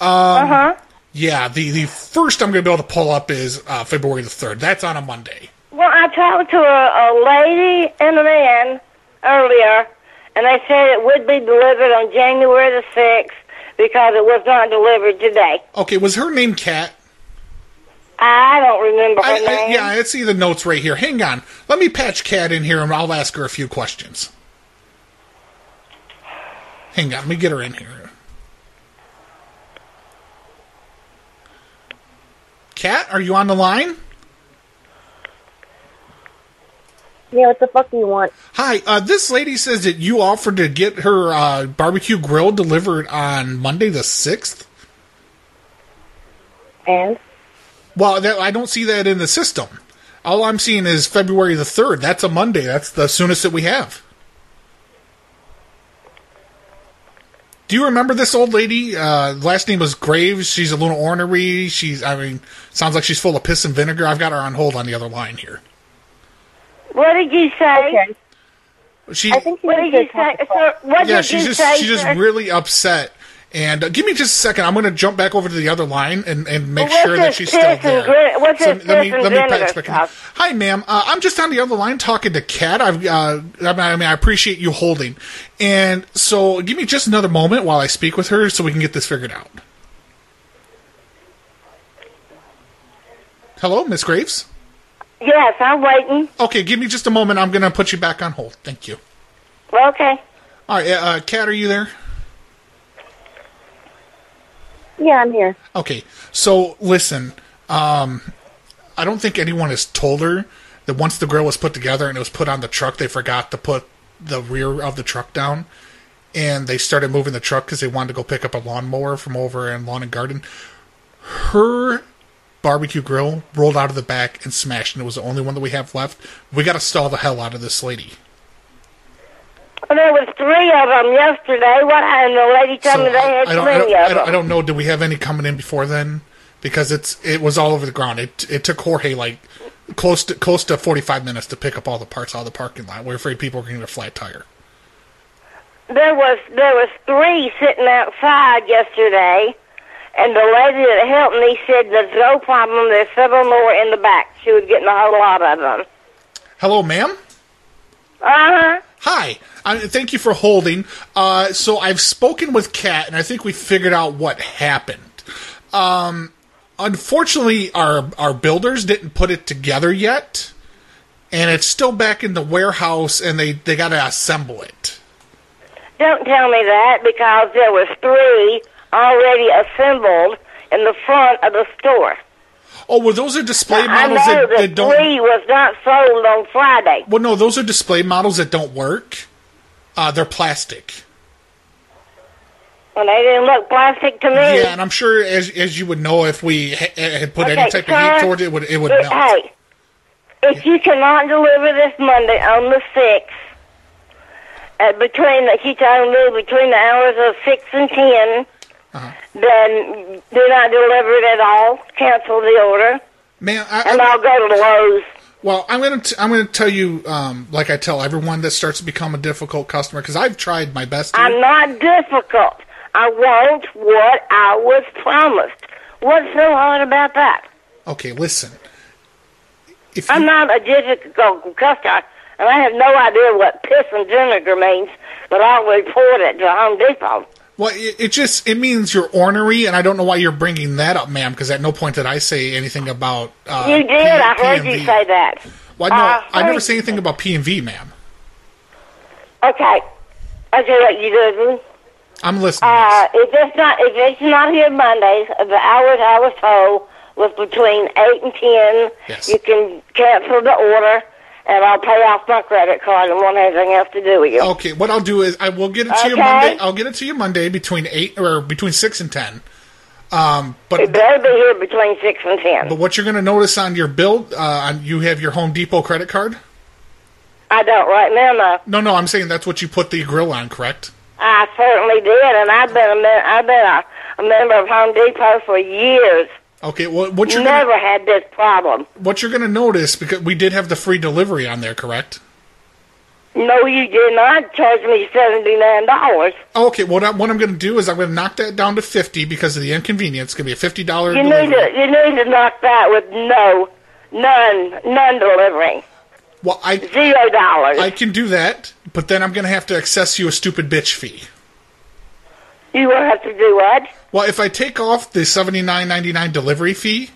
Speaker 8: Um,
Speaker 11: Uh-huh.
Speaker 8: Yeah, the, the first I'm going to be able to pull up is uh, February the 3rd. That's on a Monday.
Speaker 11: Well, I talked to a, a lady and a man earlier, and they said it would be delivered on January the sixth because it was not delivered today.
Speaker 8: Okay, was her name Kat?
Speaker 11: I don't remember her
Speaker 8: I, I,
Speaker 11: name.
Speaker 8: yeah, I see the notes right here. Hang on. Let me patch Kat in here and I'll ask her a few questions. Hang on. Let me get her in here. Kat, are you on the line?
Speaker 13: Yeah, what the fuck do you want?
Speaker 8: Hi. Uh, this lady says that you offered to get her uh, barbecue grill delivered on Monday the 6th.
Speaker 13: And
Speaker 8: Well, that, I don't see that in the system. All I'm seeing is February the 3rd. That's a Monday. That's the soonest that we have. Do you remember this old lady? Uh, last name was Graves. She's a little ornery. She's, I mean, sounds like she's full of piss and vinegar. I've got her on hold on the other line here.
Speaker 11: What did you say?
Speaker 8: She,
Speaker 11: what did you say? Sir, what
Speaker 8: yeah,
Speaker 11: did
Speaker 8: she's
Speaker 11: you
Speaker 8: just,
Speaker 11: say?
Speaker 8: she's just
Speaker 11: sir?
Speaker 8: really upset And uh, give me just a second. I'm going to jump back over to the other line and, and make
Speaker 11: What's
Speaker 8: sure that
Speaker 11: this
Speaker 8: she's
Speaker 11: piss
Speaker 8: still
Speaker 11: and
Speaker 8: there.
Speaker 11: grin- what's this
Speaker 8: let me,
Speaker 11: piss and
Speaker 8: let me
Speaker 11: vinegar
Speaker 8: patch back in. Hi, ma'am. Uh, I'm just on the other line talking to Kat. I've, uh, I mean, I mean, I appreciate you holding. And so give me just another moment while I speak with her so we can get this figured out. Hello, Miss Graves?
Speaker 11: Yes, I'm waiting.
Speaker 8: Okay, give me just a moment. I'm going to put you back on hold. Thank you.
Speaker 11: Okay.
Speaker 8: All right, uh, Kat, are you there?
Speaker 13: Yeah, I'm here.
Speaker 8: Okay, so listen, um, I don't think anyone has told her that once the grill was put together and it was put on the truck, they forgot to put the rear of the truck down, and they started moving the truck because they wanted to go pick up a lawnmower from over in lawn and garden. Her barbecue grill rolled out of the back and smashed, and it was the only one that we have left. We got to stall the hell out of this lady.
Speaker 11: Well, there was three of them yesterday. What? And the lady told
Speaker 8: So
Speaker 11: me they had
Speaker 8: I don't, I,
Speaker 11: plenty
Speaker 8: don't, I,
Speaker 11: of
Speaker 8: don't,
Speaker 11: them.
Speaker 8: I don't know. Did we have any coming in before then? Because it's it was all over the ground. It it took Jorge like close to close to forty five minutes to pick up all the parts out of the parking lot. We're afraid people are going to get a flat tire.
Speaker 11: There was there was three sitting outside yesterday, and the lady that helped me said there's no problem. There's several more in the back. She was getting a whole lot of them.
Speaker 8: Hello, ma'am.
Speaker 11: Uh huh.
Speaker 8: Hi. I, thank you for holding. Uh, so I've spoken with Kat, and I think we figured out what happened. Um, unfortunately, our our builders didn't put it together yet, and it's still back in the warehouse, and they they got to assemble it.
Speaker 11: Don't tell me that because there was three already assembled in the front of the store.
Speaker 8: Oh, were those are display
Speaker 11: I know
Speaker 8: models that,
Speaker 11: the
Speaker 8: that don't?
Speaker 11: three was not sold on Friday.
Speaker 8: Well, no, those are display models that don't work. Uh, they're plastic.
Speaker 11: Well, they didn't look plastic to me.
Speaker 8: Yeah, and I'm sure as as you would know, if we ha- had put any
Speaker 11: Okay,
Speaker 8: type
Speaker 11: sir.
Speaker 8: of heat toward it, it would it would
Speaker 11: But,
Speaker 8: melt.
Speaker 11: Hey, if you cannot deliver this Monday on the sixth, uh, between the, she told me between the hours of six and 10
Speaker 8: Uh-huh.
Speaker 11: then do not deliver it at all. Cancel the order,
Speaker 8: Man, I,
Speaker 11: and I'll go to the Lowe's.
Speaker 8: Well, I'm gonna t- I'm gonna tell you, um, like I tell everyone that starts to become a difficult customer, because I've tried my best. To,
Speaker 11: I'm not difficult. I want what I was promised. What's so hard about that?
Speaker 8: okay, listen.
Speaker 11: I'm not a difficult customer, and I have no idea what piss and vinegar means, but I'll report it to Home Depot.
Speaker 8: Well, it, it just it means you're ornery, and I don't know why you're bringing that up, ma'am. Because at no point did I say anything about uh,
Speaker 11: you did.
Speaker 8: P-
Speaker 11: I heard you
Speaker 8: P&V.
Speaker 11: say that.
Speaker 8: Well, no,
Speaker 11: Uh,
Speaker 8: I never
Speaker 11: heard-
Speaker 8: say anything about P and V, ma'am.
Speaker 11: Okay. I see what you did.
Speaker 8: I'm listening.
Speaker 11: Uh, if it's not if it's not here Mondays, the hours I was told was between eight and ten.
Speaker 8: Yes.
Speaker 11: You can cancel the order, and I'll pay off my credit card and won't have anything else to do with you.
Speaker 8: Okay, what I'll do is I will get it to you
Speaker 11: Okay.
Speaker 8: Monday. I'll get it to you Monday between eight or between six and ten. Um, but
Speaker 11: It better be here between six and ten.
Speaker 8: but what you're going to notice on your bill, uh, on, you have your Home Depot credit card.
Speaker 11: I don't right now. No.
Speaker 8: No, no, I'm saying that's what you put the grill on, correct?
Speaker 11: I certainly did, and I've been a mem- I've been a, a member of Home Depot for years.
Speaker 8: Okay, well, what you're
Speaker 11: never
Speaker 8: gonna,
Speaker 11: had this problem.
Speaker 8: what you're going to notice because we did have the free delivery on there, correct?
Speaker 11: No, you did not charge me seventy nine dollars.
Speaker 8: Okay, what I'm, what I'm going to do is I'm going to knock that down to fifty because of the inconvenience. It's going to be a fifty dollar.
Speaker 11: You need to you need to knock that with no, none, none delivering.
Speaker 8: Well, I
Speaker 11: zero dollars.
Speaker 8: I can do that, but then I'm going to have to access you a stupid bitch fee.
Speaker 11: You will have to do what?
Speaker 8: Well, if I take off the seventy nine ninety nine delivery fee,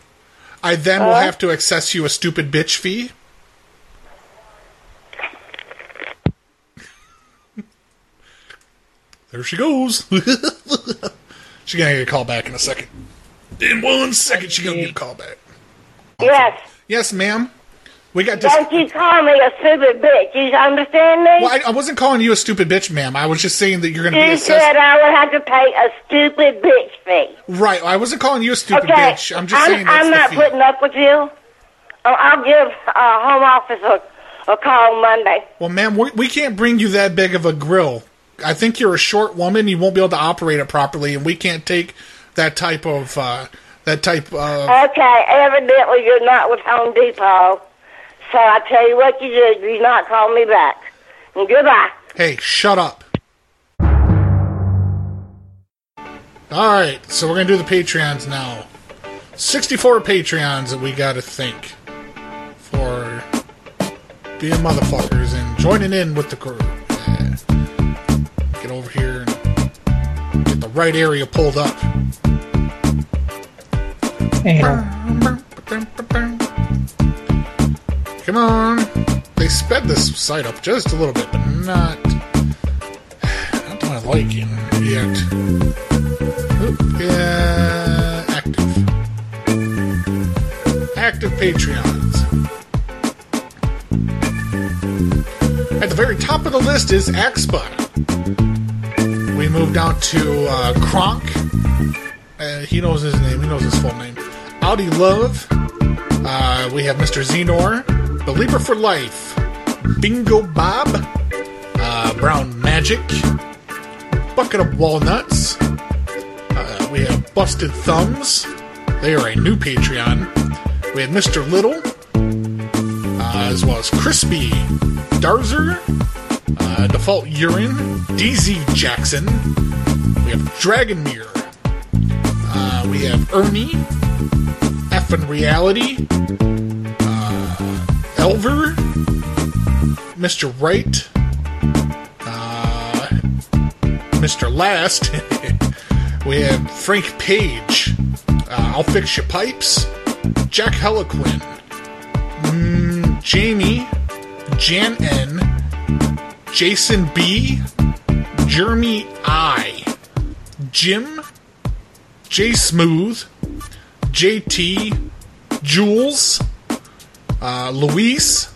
Speaker 8: I then will
Speaker 11: Uh-huh.
Speaker 8: have to access you a stupid bitch fee. There she goes. she's gonna get a call back in a second. In one second, she's gonna get a call back.
Speaker 11: Yes.
Speaker 8: Yes, ma'am. We got. Dis-
Speaker 11: Don't you call me a stupid bitch. You understand me?
Speaker 8: well, I, I wasn't calling you a stupid bitch, ma'am. I was just saying that you're gonna be
Speaker 11: you
Speaker 8: assessed.
Speaker 11: said I would have to pay a stupid bitch fee.
Speaker 8: Right. I wasn't calling you a stupid
Speaker 11: okay.
Speaker 8: bitch. I'm just
Speaker 11: I'm,
Speaker 8: saying that's
Speaker 11: I'm
Speaker 8: the
Speaker 11: not
Speaker 8: fee.
Speaker 11: putting up with you. I'll, I'll give uh, home office a, a call Monday.
Speaker 8: Well, ma'am, we, we can't bring you that big of a grill. I think you're a short woman. You won't be able to operate it properly, and we can't take that type of uh, that type of.
Speaker 11: Okay, evidently you're not with Home Depot. So I tell you what you do, do not call me back. And goodbye.
Speaker 8: Hey, shut up. All right, so we're gonna do the Patreons now. Sixty-four Patreons that we gotta thank for being motherfuckers and joining in with the crew. Yeah. Get over here and get the right area pulled up. Come on. They sped this site up just a little bit, but not not that I like it yet. Oop, yeah, active. Active Patreons. At the very top of the list is Axpa. We move down to uh, Kronk. Uh, he knows his name. He knows his full name. Audi Love. Uh, we have Mr. Xenor. Believer for Life. Bingo Bob. Uh, Brown Magic. Bucket of Walnuts. Uh, we have Busted Thumbs. They are a new Patreon. We had Mr. Little. Uh, as well as Crispy. Darzer. Uh, Default Urine. DZ Jackson. We have Dragonmere. Uh, we have Ernie. Effin' Reality, uh, Elver, Mr. Right, uh, Mr. uh, Last. we have Frank Page, uh, I'll Fix Your Pipes, Jack Heliquin, mm, Jamie, Jan N, Jason B, Jeremy I, Jim, J Smooth, JT, Jules, uh, Luis,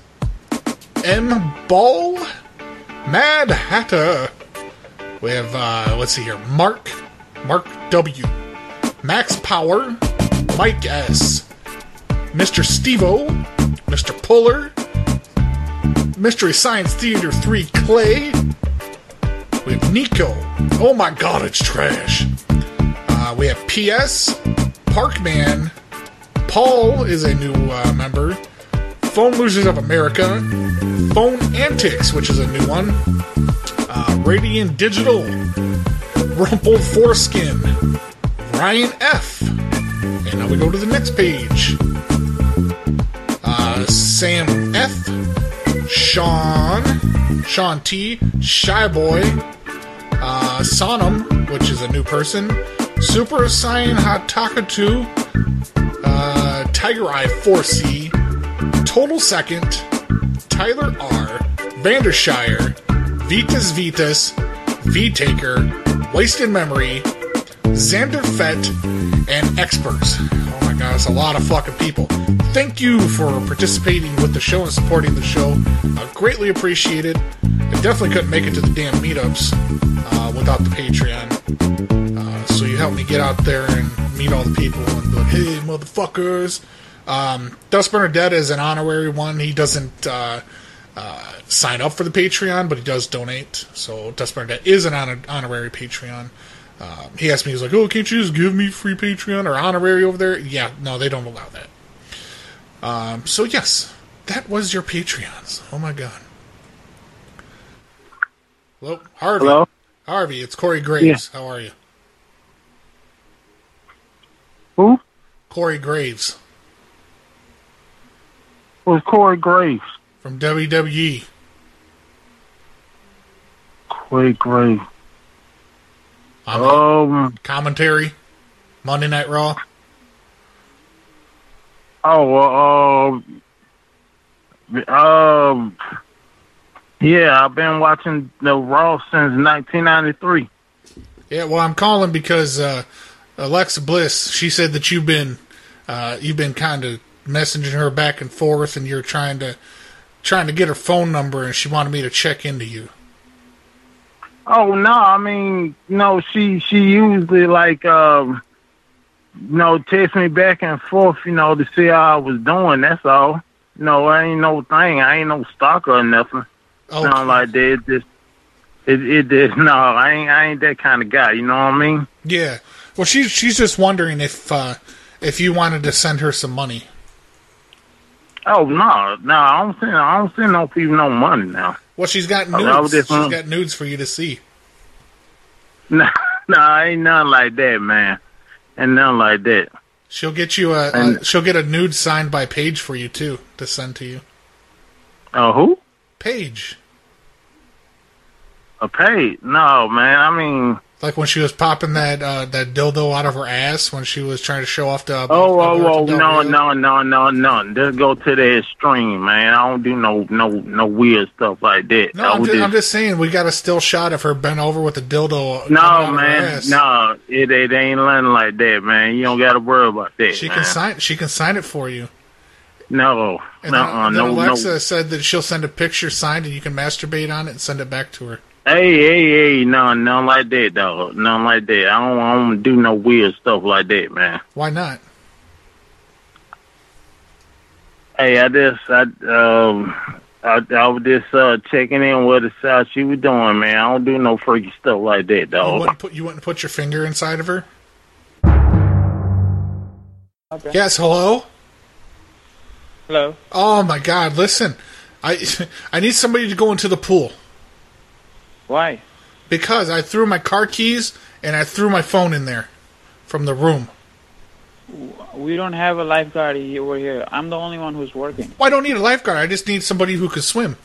Speaker 8: M. Ball, Mad Hatter. We have, uh, let's see here, Mark, Mark W, Max Power, Mike S, Mr. Stevo, Mr. Puller, Mystery Science Theater 3 Clay, we have Nico. Oh my god, it's trash. Uh, we have PS, Parkman, Paul is a new uh, member, Phone Losers of America, Phone Antics, which is a new one, uh, Radiant Digital, Rumpled Foreskin, Ryan F. And now we go to the next page. Uh, Sam F. Sean, Sean T, Shy Boy, uh, Sonam, which is a new person, Super Saiyan Hatakatu, uh, Tiger Eye 4C, Total Second, Tyler R, Vandershire, Vitas Vitas, V Taker, Wasted Memory, Xander Fett, and Experts. Oh my god, it's a lot of fucking people. Thank you for participating with the show and supporting the show. I greatly appreciate it. I definitely couldn't make it to the damn meetups uh, without the Patreon. Uh, so you helped me get out there and meet all the people and be like, hey, motherfuckers. Um, Dust Bernadette is an honorary one. He doesn't uh, uh, sign up for the Patreon, but he does donate. So Dust Bernadette is an honor- honorary Patreon. Um, he asked me, he's like, oh, can't you just give me free Patreon or honorary over there? Yeah, no, they don't allow that. Um, so, yes, that was your Patreons. Oh, my God. Hello, Harvey.
Speaker 14: Hello?
Speaker 8: Harvey, it's Corey Graves. How are you?
Speaker 14: Who?
Speaker 8: Corey Graves
Speaker 14: Was Corey Graves?
Speaker 8: from E. WWE.
Speaker 14: Corey Graves.
Speaker 8: I'm
Speaker 14: um,
Speaker 8: commentary, Monday Night Raw.
Speaker 14: Oh, well, um, um, yeah, I've been watching the Raw since 1993.
Speaker 8: Yeah, well, I'm calling because uh, Alexa Bliss. She said that you've been uh, you've been kind of messaging her back and forth, and you're trying to trying to get her phone number, and she wanted me to check into you.
Speaker 14: Oh no, I mean no, she she usually like um you know, text me back and forth, you know, to see how I was doing, that's all. You know, I ain't no thing. I ain't no stalker or nothing.
Speaker 8: Oh,
Speaker 14: Nothing like that. It just it it just no, I ain't I ain't that kind of guy, you know what I mean?
Speaker 8: Yeah. Well, she's she's just wondering if uh, if you wanted to send her some money.
Speaker 14: Oh no, no, I don't send I don't send no people no money now.
Speaker 8: Well, she's got
Speaker 14: I love
Speaker 8: nudes.
Speaker 14: this
Speaker 8: She's
Speaker 14: one.
Speaker 8: got nudes for you to see.
Speaker 14: No,
Speaker 11: nah, ain't nothing like that, man. Ain't nothing like that.
Speaker 8: She'll get you a, a
Speaker 11: And-
Speaker 8: she'll get a nude signed by Paige for you too to send to you.
Speaker 11: Oh, who?
Speaker 8: Paige,
Speaker 11: A paid? No, man. I mean,
Speaker 8: like when she was popping that uh, that dildo out of her ass when she was trying to show off the.
Speaker 11: oh,
Speaker 8: the-
Speaker 11: oh, oh,
Speaker 8: the-
Speaker 11: no, no, no, no, no. Just go to the extreme, man. I don't do no, no, no weird stuff like that.
Speaker 8: No,
Speaker 11: I
Speaker 8: I'm
Speaker 11: would
Speaker 8: just, I'm just saying we got a still shot of her bent over with a dildo. coming out of
Speaker 11: no,
Speaker 8: her
Speaker 11: man.
Speaker 8: ass.
Speaker 11: No, it, it ain't nothing like that, man. You don't got to worry about that.
Speaker 8: She
Speaker 11: man.
Speaker 8: can sign. She can sign it for you.
Speaker 11: No,
Speaker 8: And
Speaker 11: Oh, no,
Speaker 8: then, and then
Speaker 11: no,
Speaker 8: Alexa
Speaker 11: no.
Speaker 8: said that she'll send a picture signed and you can masturbate on it and send it back to her.
Speaker 11: Hey, hey, hey, no, nothing like that, dog. Nothing like that. I don't, I don't do no weird stuff like that, man.
Speaker 8: Why not?
Speaker 11: Hey, I just, I, um, I, I was just uh, checking in with her, see how she was doing, man. I don't do no freaky stuff like that,
Speaker 8: You
Speaker 11: dog.
Speaker 8: wouldn't put you wouldn't put your finger inside of her. Yes, hello.
Speaker 15: Hello.
Speaker 8: Oh my God! Listen, I I need somebody to go into the pool
Speaker 15: Why?
Speaker 8: because I threw my car keys and I threw my phone in there from the room.
Speaker 15: We don't have a lifeguard he- over here. I'm the only one who's working.
Speaker 8: Well, I don't need a lifeguard. I just need somebody who can swim.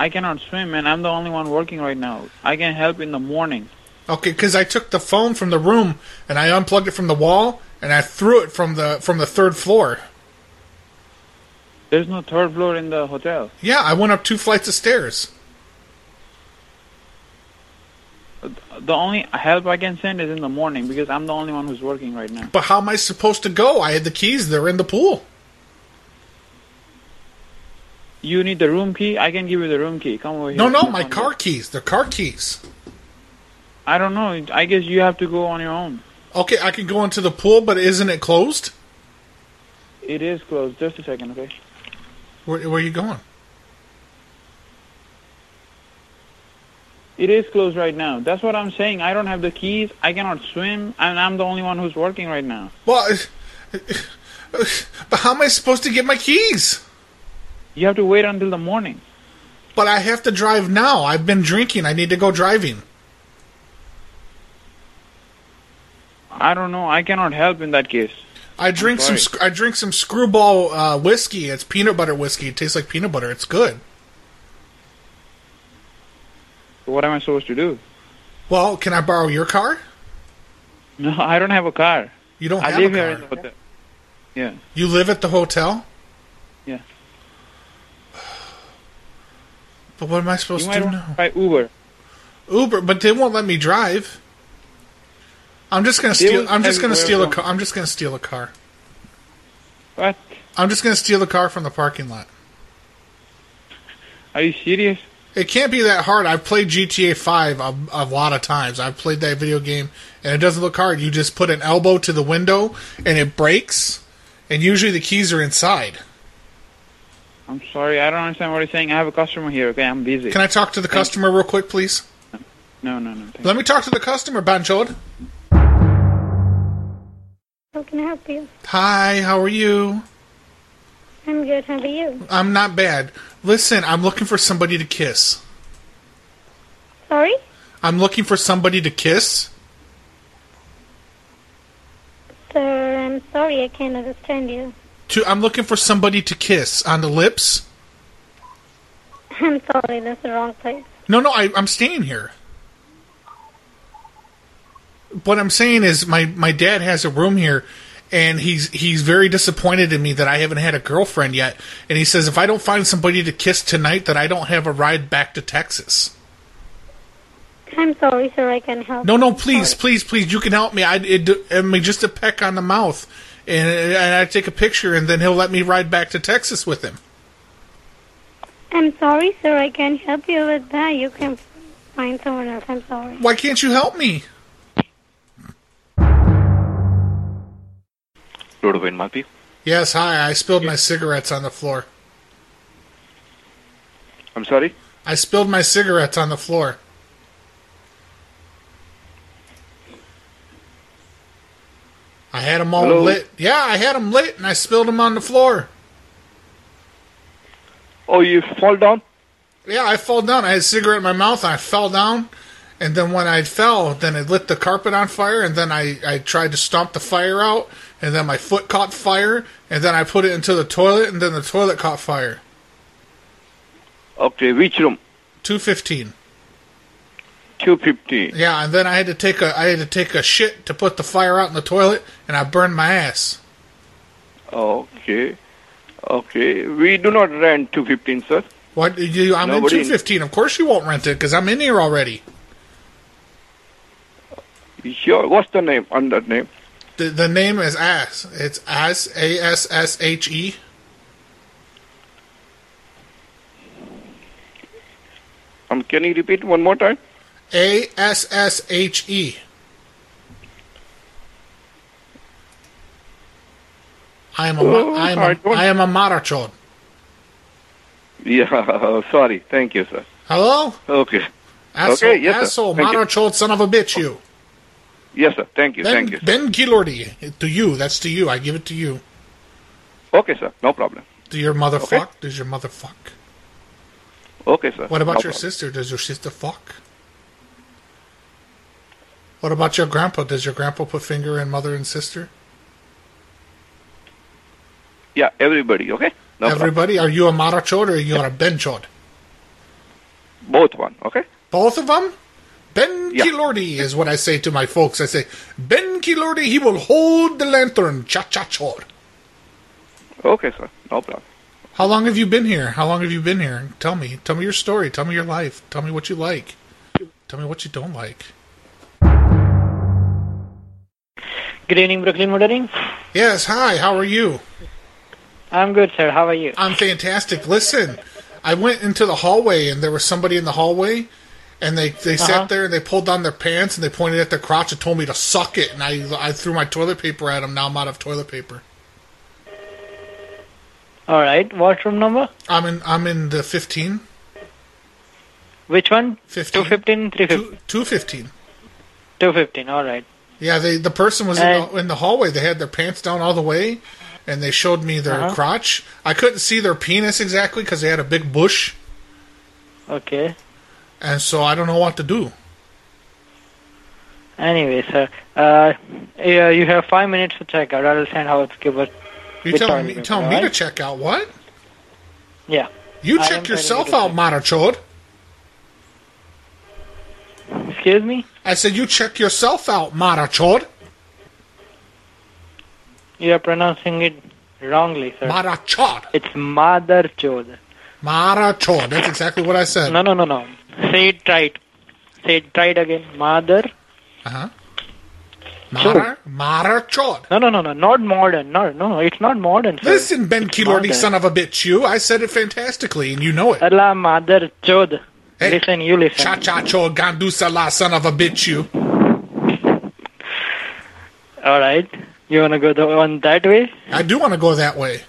Speaker 15: I cannot swim, and I'm the only one working right now. I can help in the morning.
Speaker 8: Okay, because I took the phone from the room and I unplugged it from the wall and I threw it from the from the third floor.
Speaker 15: There's no third floor in the hotel.
Speaker 8: Yeah, I went up two flights of stairs.
Speaker 15: The only help I can send is in the morning because I'm the only one who's working right now.
Speaker 8: But how am I supposed to go? I had the keys. They're in the pool.
Speaker 15: You need the room key? I can give you the room key. Come over here.
Speaker 8: No, no, my car keys. They're car keys.
Speaker 15: I don't know. I guess you have to go on your own.
Speaker 8: Okay, I can go into the pool, but isn't it closed?
Speaker 15: It is closed. Just a second, okay?
Speaker 8: Where, where are you going?
Speaker 15: It is closed right now. That's what I'm saying. I don't have the keys. I cannot swim, and I'm the only one who's working right now.
Speaker 8: Well, but how am I supposed to get my keys?
Speaker 15: You have to wait until the morning.
Speaker 8: But I have to drive now. I've been drinking. I need to go driving.
Speaker 15: I don't know. I cannot help in that case.
Speaker 8: I drink some.
Speaker 15: sorry.
Speaker 8: sc- I drink some screwball uh, whiskey. It's peanut butter whiskey. It tastes like peanut butter. It's good.
Speaker 15: What am I supposed to do?
Speaker 8: Well, can I borrow your car?
Speaker 15: No, I don't have a car.
Speaker 8: You don't
Speaker 15: I
Speaker 8: have
Speaker 15: live
Speaker 8: a
Speaker 15: here
Speaker 8: car.
Speaker 15: in the hotel. Yeah.
Speaker 8: You live at the hotel.
Speaker 15: Yeah.
Speaker 8: But what am I supposed
Speaker 15: You
Speaker 8: to
Speaker 15: might
Speaker 8: do
Speaker 15: want
Speaker 8: now?
Speaker 15: to try Uber.
Speaker 8: Uber, but they won't let me drive. I'm just gonna
Speaker 15: They
Speaker 8: steal.
Speaker 15: will
Speaker 8: I'm just
Speaker 15: tell you
Speaker 8: gonna
Speaker 15: where
Speaker 8: steal a
Speaker 15: from.
Speaker 8: car. I'm just gonna steal a car.
Speaker 15: What?
Speaker 8: I'm just gonna steal the car from the parking lot.
Speaker 15: Are you serious?
Speaker 8: It can't be that hard. I've played GTA Five a, a lot of times. I've played that video game, and it doesn't look hard. You just put an elbow to the window, and it breaks. And usually the keys are inside.
Speaker 15: I'm sorry. I don't understand what you're saying. I have a customer here. Okay, I'm busy.
Speaker 8: Can I talk to the
Speaker 15: Thank-
Speaker 8: customer real quick, please?
Speaker 15: No, no, no.
Speaker 8: Let me talk to the customer, Banchod.
Speaker 5: How can I help you?
Speaker 8: Hi, how are you?
Speaker 5: I'm good. How are you?
Speaker 8: I'm not bad. Listen, I'm looking for somebody to kiss.
Speaker 5: Sorry?
Speaker 8: I'm looking for somebody to kiss.
Speaker 5: Sir, I'm sorry. I can't understand you.
Speaker 8: To I'm looking for somebody to kiss on the lips.
Speaker 5: I'm sorry. That's the wrong place.
Speaker 8: No, no, I, I'm staying here. What I'm saying is, my my dad has a room here, and he's he's very disappointed in me that I haven't had a girlfriend yet. And he says if I don't find somebody to kiss tonight, that I don't have a ride back to Texas.
Speaker 5: I'm sorry, sir. I can't help.
Speaker 8: No, no, please, please, please, you can help me. I, it, I mean, just a peck on the mouth, and, and I take a picture, and then he'll let me ride back to Texas with him.
Speaker 5: I'm sorry, sir. I can't help you with that. You can find someone else. I'm sorry.
Speaker 8: Why can't you help me?
Speaker 16: Roadway in Malpi.
Speaker 8: Yes, hi. I spilled my cigarettes on the floor.
Speaker 16: I'm sorry.
Speaker 8: I spilled my cigarettes on the floor. I had them all
Speaker 16: Hello?
Speaker 8: lit. Yeah, I had them lit and I spilled them on the floor.
Speaker 16: Oh, you fall down?
Speaker 8: Yeah, I fall down. I had a cigarette in my mouth and I fell down and then when I fell, then it lit the carpet on fire, and then I, I tried to stomp the fire out, and then my foot caught fire, and then I put it into the toilet, and then the toilet caught fire.
Speaker 15: Okay, which room?
Speaker 8: 215.
Speaker 15: 250.
Speaker 8: Yeah, and then I had to take a I had to take a shit to put the fire out in the toilet, and I burned my ass.
Speaker 15: Okay. Okay. We do not rent 215, sir.
Speaker 8: What you? I'm
Speaker 15: Nobody-
Speaker 8: in 215. Of course you won't rent it because I'm in here already.
Speaker 15: Sure. What's the name on that name?
Speaker 8: The, the name is ass. It's ass a s s h e.
Speaker 15: Um, can you repeat one more time?
Speaker 8: A S S H E. I am a ma-
Speaker 15: Oh,
Speaker 8: I am
Speaker 15: I
Speaker 8: a,
Speaker 15: don't-
Speaker 8: I am a marachon.
Speaker 15: Yeah. oh, Sorry. Thank you, sir.
Speaker 8: Hello?
Speaker 15: Okay.
Speaker 8: Asshole,
Speaker 15: okay. Yes,
Speaker 8: asshole,
Speaker 15: sir. Thank you.
Speaker 8: marachon, son of a bitch, you.
Speaker 15: Yes, sir. Thank you.
Speaker 8: Ben,
Speaker 15: Thank you. sir.
Speaker 8: ben Gilordi, to you. That's to you. I give it to you.
Speaker 15: Okay, sir. No problem.
Speaker 8: To your mother
Speaker 15: Okay.
Speaker 8: fuck. Does your mother fuck?
Speaker 15: Okay, sir.
Speaker 8: What
Speaker 15: No
Speaker 8: about your
Speaker 15: problem.
Speaker 8: sister? Does your sister fuck? What about your grandpa? Does your grandpa put finger in mother and sister?
Speaker 15: Yeah, everybody. Okay. No
Speaker 8: Everybody, are you a marachon or are you a benchon?
Speaker 15: problem. Both one. Okay.
Speaker 8: Both of them? Ben Kilordi is what I say to my folks. I say, Ben Kilordi, he will hold the lantern. Cha cha chor.
Speaker 15: Okay, sir. No problem.
Speaker 8: How long have you been here? How long have you been here? Tell me. Tell me your story. Tell me your life. Tell me what you like. Tell me what you don't like.
Speaker 9: Good evening, Brooklyn Motoring.
Speaker 8: Yes, hi. How are you?
Speaker 9: I'm good, sir. How are you?
Speaker 8: I'm fantastic. Listen, I went into the hallway and there was somebody in the hallway and they, they
Speaker 9: Uh-huh.
Speaker 8: sat there and they pulled down their pants and they pointed at their crotch and told me to suck it and I I threw my toilet paper at them. Now I'm out of toilet paper.
Speaker 9: All right. What room number?
Speaker 8: I'm in I'm in the 15.
Speaker 9: Which one?
Speaker 8: 15.
Speaker 9: 215, 315.
Speaker 8: 215.
Speaker 9: 215. All right.
Speaker 8: Yeah, they the person was in, the, in the hallway. They had their pants down all the way, and they showed me their
Speaker 9: Uh-huh.
Speaker 8: crotch. I couldn't see their penis exactly because they had a big bush,
Speaker 9: Okay.
Speaker 8: and so I don't know what to do.
Speaker 9: Anyway, sir, uh, yeah, you have five minutes to check out. I'll send out skipper.
Speaker 8: You telling me, you telling me to check out what?
Speaker 9: Yeah.
Speaker 8: You
Speaker 9: I am telling
Speaker 8: check
Speaker 9: you
Speaker 8: yourself
Speaker 9: to
Speaker 8: out, Marachod.
Speaker 9: Excuse me.
Speaker 8: I said you check yourself out, Marachod.
Speaker 9: You are pronouncing it wrongly, sir.
Speaker 8: Marachod.
Speaker 9: It's mother chod.
Speaker 8: Marachod. That's exactly what I said.
Speaker 9: No, no, no, no. Say it right. Say it right again. Mother.
Speaker 8: Uh huh.
Speaker 9: Mother.
Speaker 8: Marachod.
Speaker 9: No, no, no, no. Not modern. No, no, no. It's not modern. Sir.
Speaker 8: Listen, Ben Kilordi,
Speaker 9: Mother.
Speaker 8: son of a bitch, you. I said it fantastically, and you know it.
Speaker 9: Allah mother chod. Listen, you listen.
Speaker 8: Cha cha cho gandusa la son of a bitch you.
Speaker 9: All right. You wanna go the, on that way?
Speaker 8: I do want to go that way.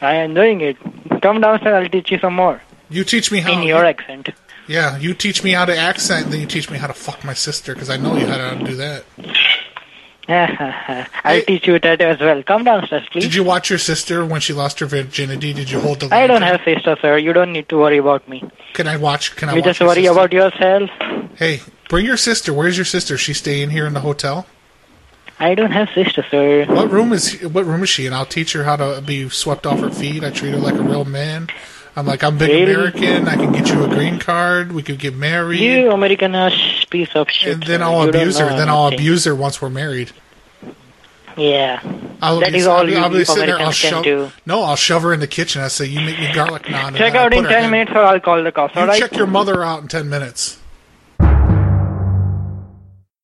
Speaker 9: I am doing it. Come down, sir. I'll teach you some more.
Speaker 8: You teach me how.
Speaker 9: In your accent.
Speaker 8: Yeah, you teach me how to accent, then you teach me how to fuck my sister because I know you how to do that.
Speaker 9: I'll teach you that as well. Come downstairs, please.
Speaker 8: Did you watch your sister when she lost her virginity? Did you hold the?
Speaker 9: Mm. I don't
Speaker 8: lantern?
Speaker 9: have sister, sir. You don't need to worry about me.
Speaker 8: Can I watch? Can I?
Speaker 9: you
Speaker 8: watch
Speaker 9: just
Speaker 8: your
Speaker 9: worry
Speaker 8: sister?
Speaker 9: about yourself.
Speaker 8: Hey, bring your sister. Where's your sister? She staying here in the hotel?
Speaker 9: I don't have sister, sir.
Speaker 8: What room is what room is she in? I'll teach her how to be swept off her feet. I treat her like a real man. I'm like I'm big
Speaker 9: Really?
Speaker 8: American. I can get you a green card. We could get married.
Speaker 9: You American ass piece of shit.
Speaker 8: and then
Speaker 9: sir.
Speaker 8: I'll
Speaker 9: You don't
Speaker 8: abuse her.
Speaker 9: know
Speaker 8: Then I'll
Speaker 9: anything.
Speaker 8: abuse her once we're married.
Speaker 9: Yeah.
Speaker 8: I'll
Speaker 9: That
Speaker 8: be,
Speaker 9: is
Speaker 8: I'll
Speaker 9: all
Speaker 8: be-
Speaker 9: you
Speaker 8: I'll be
Speaker 9: you
Speaker 8: sitting there, I'll
Speaker 9: Americans can
Speaker 8: shove,
Speaker 9: do.
Speaker 8: No, I'll shove her in the kitchen. I say, you make me garlic naan. and
Speaker 9: Check
Speaker 8: then I
Speaker 9: out
Speaker 8: put
Speaker 9: in
Speaker 8: her
Speaker 9: ten minutes, or I'll call the cops.
Speaker 8: You
Speaker 9: all right?
Speaker 8: check your mother out in ten minutes.